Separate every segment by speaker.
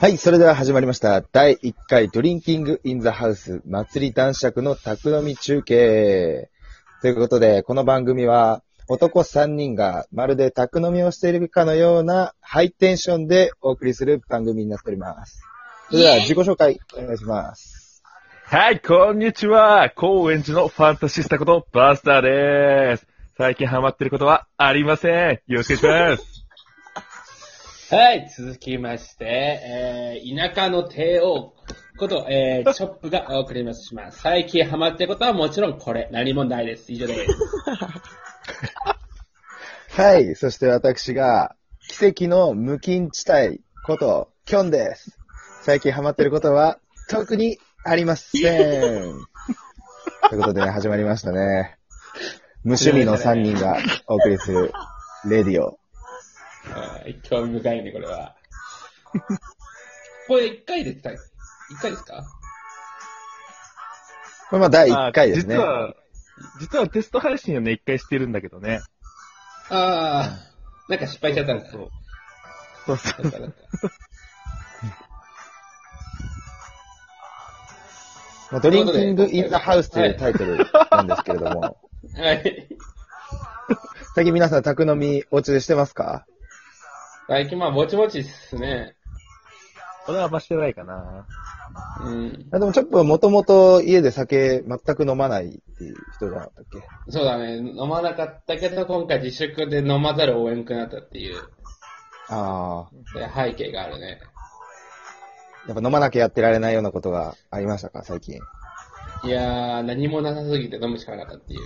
Speaker 1: はい、それでは始まりました。第1回ドリンキングインザハウス祭り男爵の宅飲み中継。ということで、この番組は男3人がまるで宅飲みをしているかのようなハイテンションでお送りする番組になっております。それでは自己紹介お願いします。
Speaker 2: はい、こんにちは。高円寺のファンタシスタことバスターです。最近ハマってることはありません。よろしくお願いします。
Speaker 3: はい、続きまして、えー、田舎の帝王こと、えー、チョップがお送りします。最近ハマってることはもちろんこれ、何もないです。以上です。
Speaker 1: はい、そして私が奇跡の無菌地帯ことキョンです。最近ハマってることは特にありません。ということでね、始まりましたね。無趣味の3人がお送りするレディオ。
Speaker 3: はい興味深いね、こ れは。これ1回でした、1回ですか
Speaker 1: これまあ第1回ですね。
Speaker 2: あ実は、実はテスト配信をね、一回してるんだけどね。
Speaker 3: あー、なんか失敗しちゃったんです
Speaker 2: そう
Speaker 3: よ。
Speaker 2: そうそう。
Speaker 3: なんかなんか
Speaker 1: まあドリンキングインザハウスというタイトルなんですけれども、
Speaker 3: はい。
Speaker 1: 最近皆さん宅飲みお家でしてますか
Speaker 3: 最近まあ、ぼちぼちっすね。
Speaker 2: 俺はあんましてないかな。
Speaker 3: うん。
Speaker 1: あでもちょっともともと家で酒全く飲まないっていう人じゃなかったっけ
Speaker 3: そうだね。飲まなかったけど、今回自粛で飲まざるを得んくなったっていう、
Speaker 1: ああ。
Speaker 3: そういう背景があるね。
Speaker 1: やっぱ飲まなきゃやってられないようなことがありましたか、最近。
Speaker 3: いやー、何もなさすぎて飲むしかなかったっていう。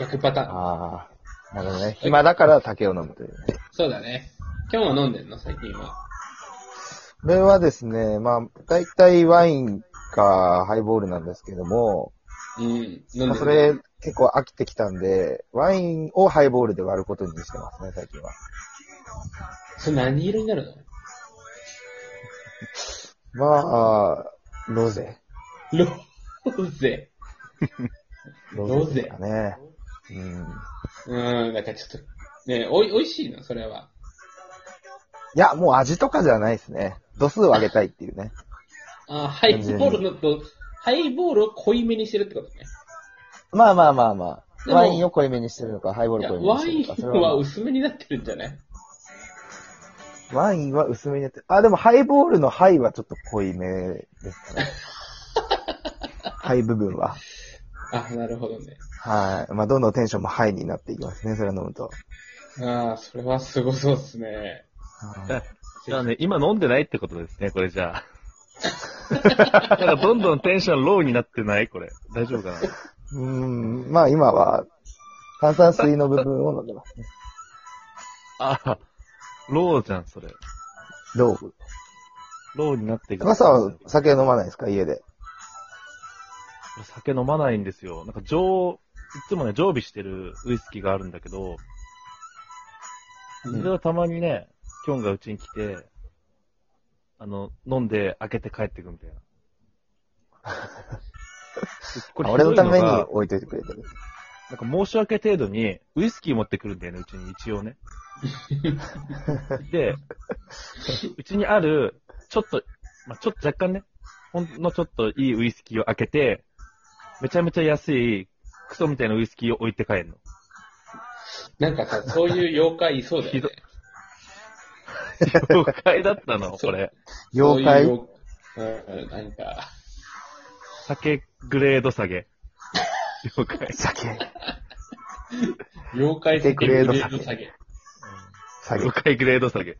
Speaker 3: 逆パターン。
Speaker 1: ああ。なるほどね。暇だから酒を飲むというね。
Speaker 3: そうだね。今日は飲んでんの最近は。
Speaker 1: これはですね、まあ、大体ワインかハイボールなんですけども、
Speaker 3: うん。飲ん
Speaker 1: ま
Speaker 3: で
Speaker 1: あ、
Speaker 3: る
Speaker 1: それ結構飽きてきたんで、ワインをハイボールで割ることにしてますね、最近は。
Speaker 3: それ何色になるの
Speaker 1: まあ、あーロゼ。
Speaker 3: ローゼ。
Speaker 1: ロゼですかね。うん。
Speaker 3: うん、なんかちょっと、ねおい、美味しいのそれは。
Speaker 1: いや、もう味とかじゃないですね。度数を上げたいっていうね。
Speaker 3: あハイボールのと、ハイボールを濃いめにしてるってことね。
Speaker 1: まあまあまあまあ。
Speaker 3: でも
Speaker 1: ワインを濃いめにしてるのか、ハイボー
Speaker 3: い
Speaker 1: ル濃
Speaker 3: や、
Speaker 1: いめに
Speaker 3: ワ
Speaker 1: してる
Speaker 3: イ
Speaker 1: のか。そ
Speaker 3: ン
Speaker 1: れまあ
Speaker 3: は薄めになってるんじゃない
Speaker 1: ワインは薄めにやって、あ、でもハイボールのハイはちょっと濃いめですか ね。ハイ部分は。
Speaker 3: あ、なるほどね。
Speaker 1: はい。まあ、どんどんテンションもハイになっていきますね、それを飲むと。
Speaker 3: ああ、それはすごそうっすね。
Speaker 1: はい
Speaker 2: じゃあね、今飲んでないってことですね、これじゃあ。 なんかどんどんテンションローになってないこれ。大丈夫かな
Speaker 1: うーん、まあ今は、炭酸水の部分を飲んでますね。
Speaker 2: あ、ローじゃん、それ。
Speaker 1: ローブ。
Speaker 2: ローになっていく
Speaker 1: 高さんは酒飲まないですか、家で。
Speaker 2: 酒飲まないんですよ。なんか常、いつもね、常備してるウイスキーがあるんだけど、
Speaker 3: う
Speaker 2: それ
Speaker 3: ん、
Speaker 2: はたまにね、キョンがうちに来て、あの、飲んで開けて帰ってく みたいな。こ
Speaker 1: あ俺のため
Speaker 2: ひど
Speaker 1: に
Speaker 2: いが
Speaker 1: 置いといてくれてる。
Speaker 2: なんか申し訳程度に、ウイスキー持ってくるんだよね、うちに一応ね。 で、うちにある、ちょっと、まあ、ちょっと若干ね、ほんのちょっといいウイスキーを開けて、めちゃめちゃ安い、クソみたいなウイスキーを置いて帰るの。
Speaker 3: なんかさ、そういう妖怪いそうだよ
Speaker 2: ひど
Speaker 3: ね
Speaker 2: い。妖怪だったの、これ。
Speaker 1: 妖怪
Speaker 3: そういう妖うん、なんか、
Speaker 2: 酒グレード下げ。了解。
Speaker 1: 酒。
Speaker 3: 妖怪世界
Speaker 1: グレード下
Speaker 3: 下
Speaker 1: げ
Speaker 3: げ。
Speaker 1: 酒
Speaker 2: 了。解グレード下げ。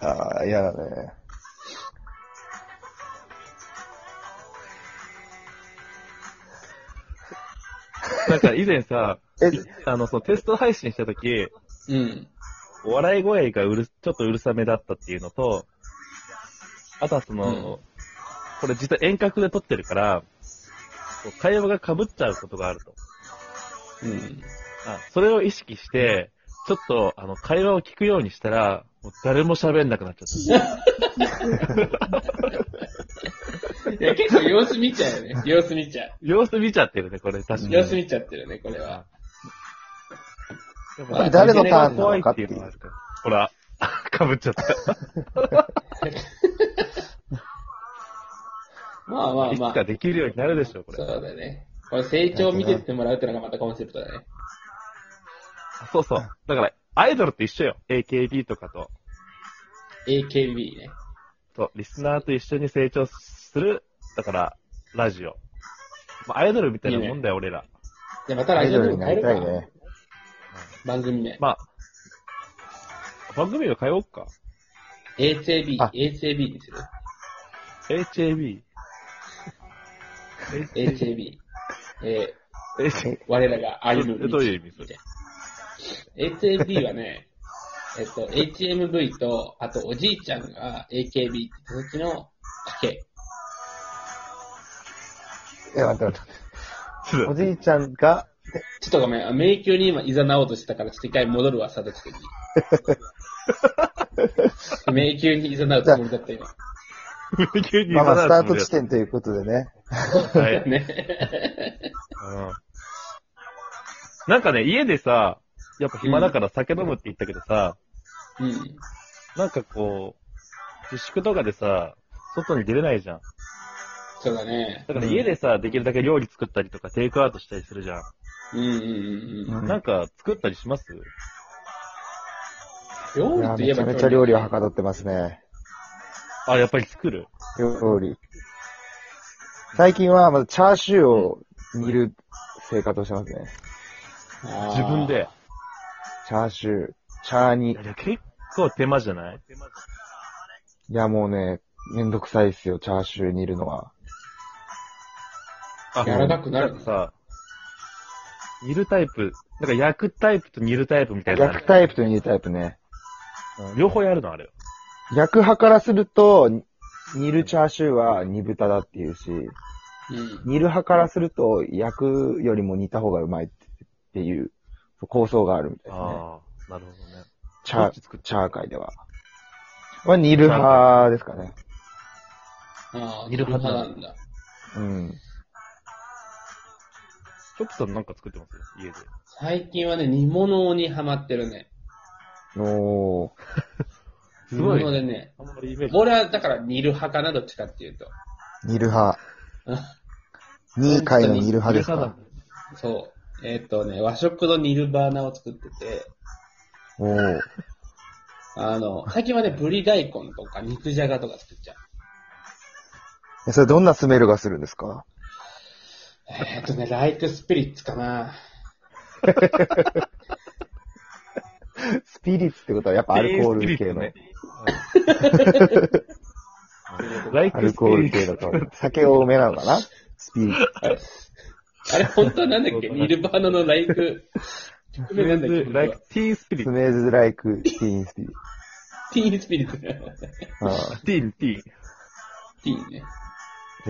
Speaker 1: ああ、嫌だね。
Speaker 2: なんか以前さ、
Speaker 1: え、
Speaker 2: あの、そのテスト配信した時、
Speaker 3: うん。
Speaker 2: お笑い声がうる、ちょっとうるさめだったっていうのと、あとはその、これ実は遠隔で撮ってるから、こう会話が被っちゃうことがあると。
Speaker 3: うん。
Speaker 2: あそれを意識して、ちょっと、あの、会話を聞くようにしたら、もう誰も喋んなくなっちゃった。
Speaker 3: いや、結構様子見ちゃう よね。様子見ちゃう。
Speaker 2: 様子見ちゃってるね、これ、確かに。
Speaker 3: 様子見ちゃってるね、これは。
Speaker 2: でも
Speaker 3: これ
Speaker 1: 誰のターンなのかっていう
Speaker 2: 怖いっていうのがあるからほら、 かぶっちゃった。
Speaker 3: まあまあ
Speaker 2: いつ
Speaker 3: まあ。
Speaker 2: かできるようになるでしょ、これ
Speaker 3: そう。だね。これ成長を見てってもらうってのがまたコンセプトだね。
Speaker 2: そうそう。だから、アイドルと一緒よ。AKB とかと。
Speaker 3: AKB ね。
Speaker 2: そう、リスナーと一緒に成長する、だから、ラジオ。まあ、アイドルみたいなもんだよ、俺ら。
Speaker 3: じゃあまた
Speaker 1: ア
Speaker 3: ラ
Speaker 1: イ
Speaker 3: ジオ
Speaker 1: ド
Speaker 3: で
Speaker 1: ルに
Speaker 3: も
Speaker 1: な
Speaker 3: 変え
Speaker 1: り
Speaker 3: る
Speaker 1: た
Speaker 3: か。
Speaker 1: いね。
Speaker 3: 番組名。
Speaker 2: まあ、番組を変えようか。
Speaker 3: AKB、
Speaker 1: あ
Speaker 3: AKB にする。
Speaker 2: HAB。
Speaker 3: AKB。え
Speaker 2: HAB
Speaker 3: ー、我らが歩む道。
Speaker 2: えどういう意味それ
Speaker 3: ?AKB はね、えっと、HMV と、あとおじいちゃんが AKB って言った時の賭け。
Speaker 1: いや、待って待って
Speaker 2: ち
Speaker 1: お
Speaker 2: ょっと
Speaker 1: じいちゃんが、
Speaker 3: ちょっとごめんあ、迷宮に今誘おうとしたから、ちょっと一回戻るわ、サトチ君 に。迷宮に誘うつもりだった今。
Speaker 2: 急に
Speaker 1: まあまあ、スタート
Speaker 2: 言わな
Speaker 1: 地
Speaker 2: くて
Speaker 1: 点ということでね。
Speaker 2: もいいやつ。はい。
Speaker 3: ね。
Speaker 2: うんなんかね、家でさ、やっぱ暇だから酒飲むって言ったけどさ、
Speaker 3: うん。
Speaker 2: なんかこう、自粛とかでさ、外に出れないじゃん。
Speaker 3: そうだね。
Speaker 2: だから家でさ、できるだけ料理作ったりとか、テイクアウトしたりするじゃん。
Speaker 3: うんうんうんうん。
Speaker 2: なんか、作ったりします
Speaker 1: い
Speaker 3: 料
Speaker 1: や
Speaker 3: 理といえ
Speaker 1: めち
Speaker 3: ば
Speaker 1: ゃめちゃ料理をは
Speaker 3: か
Speaker 1: かどってますね。
Speaker 2: あ、やっぱり作る。
Speaker 1: 料理。最近は、まずチャーシューを煮る生活をしてますね。
Speaker 2: 自分で。。
Speaker 1: チャーシュー、チャー
Speaker 2: い
Speaker 1: 煮。い
Speaker 2: や、結構手間じゃない
Speaker 1: や、もうね、めんどくさいっすよ、チャーシュー煮るのは。
Speaker 2: あ
Speaker 3: 柔らかくなる
Speaker 2: んかさ、煮るタイプ、なんか焼くタイプと煮るタイプみたいなのあ
Speaker 1: 焼
Speaker 2: る
Speaker 1: くタイプと煮るタイプね。
Speaker 2: うん両方やるのあれ。
Speaker 1: 焼く派からすると、煮るチャーシューは煮豚だっていうし、
Speaker 3: うん。
Speaker 1: 煮る派からすると、焼くよりも煮た方がうまいっていう構想があるみたいですね。
Speaker 2: ああ、なるほどね。
Speaker 1: チャ
Speaker 2: どっち作
Speaker 1: ー
Speaker 2: っ、
Speaker 1: チャー界では。まあ、煮る派ですかね。
Speaker 3: ああ、
Speaker 2: いるはずだ
Speaker 3: なんだ。
Speaker 1: うん。
Speaker 2: チョキさんなんか作ってます家で。
Speaker 3: 最近はね、煮物にハマってるね。
Speaker 1: おー。
Speaker 2: すごい
Speaker 3: 煮物でね。
Speaker 2: あんまりイメージない。
Speaker 3: 俺はだから煮る派かな、どっちかっていうと。
Speaker 1: 煮る 派。
Speaker 3: に
Speaker 1: 2回の煮る派ですか。
Speaker 3: そう。えっ、とね、和食の煮るバーナーを作ってて、
Speaker 1: おー。
Speaker 3: あの、最近はね、ぶり大根とか肉じゃがとか作っちゃう。
Speaker 1: えそれどんなスメルがするんですか
Speaker 3: えっ、とね、ライクスピリッツかな。
Speaker 1: スピリッツってことはやっぱアルコール系の。
Speaker 2: ね。ライ
Speaker 1: ア
Speaker 2: ク
Speaker 1: ル
Speaker 2: スピ
Speaker 1: コール
Speaker 2: リ
Speaker 1: 系だ
Speaker 2: ッツ。
Speaker 1: と。酒多めなのかなスピリッツ。
Speaker 3: あれ、本当はなんだっけ煮るバーナーのライク、曲名なんだっけ
Speaker 2: ライク、ティーンスピリ
Speaker 1: ス
Speaker 2: ッツ。
Speaker 1: メーズライク、ティーンスピリッツ。
Speaker 3: ティーンスピリッツ。
Speaker 1: あ
Speaker 2: ティーン、ティーン。
Speaker 3: ティーンね。
Speaker 1: あ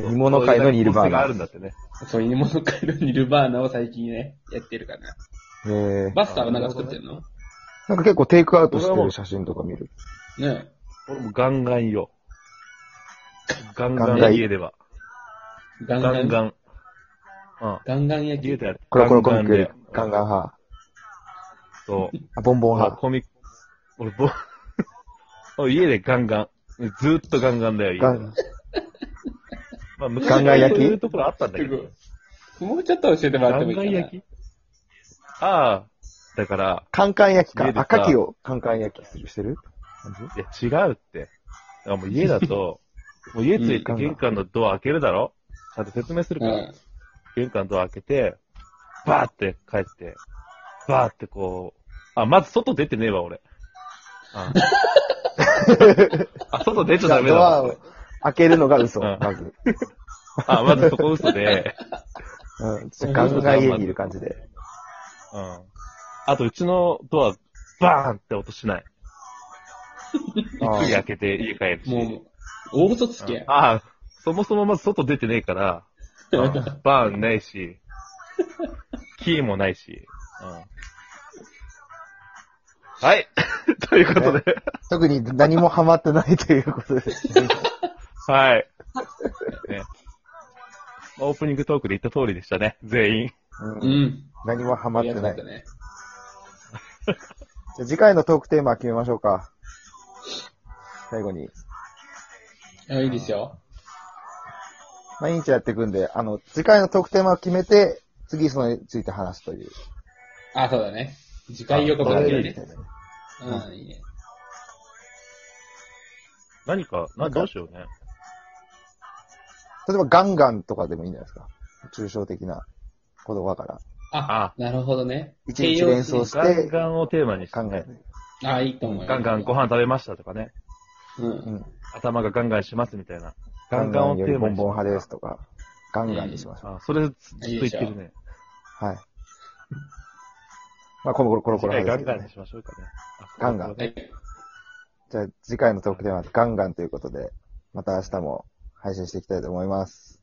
Speaker 1: 煮物界の煮るバー
Speaker 2: が
Speaker 1: ナ
Speaker 2: あ
Speaker 1: ー
Speaker 2: るん。だってね。
Speaker 3: そう、煮物界の煮るバーナーを最近ね、やってるかな。
Speaker 1: えー、
Speaker 3: バスターはなんか作ってんの
Speaker 1: なんか結構テイクアウトしてる写真とか見る。
Speaker 3: ね
Speaker 2: 俺もガンガンよ。ガンガ
Speaker 1: ガン
Speaker 2: ン
Speaker 1: ガン
Speaker 2: 家では。
Speaker 3: え。ガンガ
Speaker 2: ガン
Speaker 3: ン。
Speaker 2: ガン。うん。
Speaker 3: ガンガン焼
Speaker 2: 家
Speaker 3: き。
Speaker 2: でやる。
Speaker 1: コロコロコミックより
Speaker 2: で、
Speaker 1: ガンガン派。
Speaker 2: そう。
Speaker 1: あ、ボンボン
Speaker 2: あ
Speaker 1: 派。
Speaker 2: コミック、俺、ぼ、 俺家でガンガン。ずーっとガンガンだよ、家で
Speaker 1: ガ
Speaker 2: は
Speaker 1: ン、
Speaker 2: まあ、昔
Speaker 1: ガンガン焼き
Speaker 2: そういうところあったんだけど。
Speaker 3: もうちょっと教えてもらってもいいかな。
Speaker 2: きああ、だから、
Speaker 1: カンカン焼きか
Speaker 2: 家。でさ
Speaker 1: 赤きをカンカン焼きするしてる感じ
Speaker 2: いや、違うって。だからもう家 だと、もう家着いて玄関のドア開けるだろちゃんと説明するから。
Speaker 3: うん。
Speaker 2: 玄関のドア開けて、バーって帰って、バーってこう、あ、まず外出てねえわ、俺。あ、あ外出ちゃダメだ
Speaker 1: ドア
Speaker 2: わ
Speaker 1: を。開けるのが嘘、
Speaker 2: うん
Speaker 1: まず。
Speaker 2: あ、まずそこ嘘で、
Speaker 1: うん。ちょっとガンガン家にいる感じで。
Speaker 2: うん。あと、うちのドア、バーンって音しない。
Speaker 1: あ
Speaker 2: 家開けて家帰るし。
Speaker 3: もう、大嘘つきや。
Speaker 2: ああ、そもそもまず外出てねえから、うんバーンないし、キーもないし。うんはいということで、
Speaker 1: 特に何もハマってないということです。
Speaker 2: はい。ねオープニングトークで言った通りでしたね、全員。
Speaker 1: うん
Speaker 3: うん。
Speaker 1: 何もハマってない。
Speaker 3: よかったね。
Speaker 1: じゃあ次回のトークテーマ決めましょうか。最後に。
Speaker 3: あいいですよ。
Speaker 1: 毎日やっていくんで、あの、次回の特典は決めて、次それについて話すという。
Speaker 3: あ、そうだね。次回予告
Speaker 2: あ
Speaker 3: だけ
Speaker 2: そ
Speaker 3: ど
Speaker 2: れ
Speaker 1: でいい
Speaker 3: ね
Speaker 1: で。すよね
Speaker 3: うん、いいね。
Speaker 2: 何か、
Speaker 1: な
Speaker 2: なん
Speaker 1: か
Speaker 2: どうしようね。
Speaker 1: 例えばガンガンとかでもいいんじゃないですか。抽象的な言葉から。
Speaker 3: あ、なるほどね。
Speaker 1: 一日連想し
Speaker 2: ガン
Speaker 1: て
Speaker 2: ガンをテーマにして、
Speaker 1: 考え
Speaker 2: ね、
Speaker 1: る。
Speaker 3: あ、いいと思うよ。
Speaker 2: ガンガンご飯食べましたとかね。
Speaker 3: う。
Speaker 1: うんん。
Speaker 2: 頭がガンガンしますみたいな。
Speaker 1: ガ
Speaker 2: ガ
Speaker 1: ン
Speaker 2: ン
Speaker 1: ガ
Speaker 2: ガ
Speaker 1: ン
Speaker 2: ン
Speaker 1: よ
Speaker 2: を
Speaker 1: り
Speaker 2: テー
Speaker 1: ボ
Speaker 2: マ
Speaker 1: ン
Speaker 2: にして
Speaker 1: ボン派ですとか、ガンガンにしましょう。
Speaker 2: あ、それずっと言ってるね。
Speaker 1: はい。まあ、コロコロコ
Speaker 2: 次
Speaker 1: ロ
Speaker 2: 回
Speaker 1: 派
Speaker 2: ガ
Speaker 1: ですけどね。
Speaker 2: ンガンにしましょうかね。あ
Speaker 1: ガンガン
Speaker 3: はい。
Speaker 1: じゃあ次回の特典はガンガンということで、また明日も配信していきたいと思います。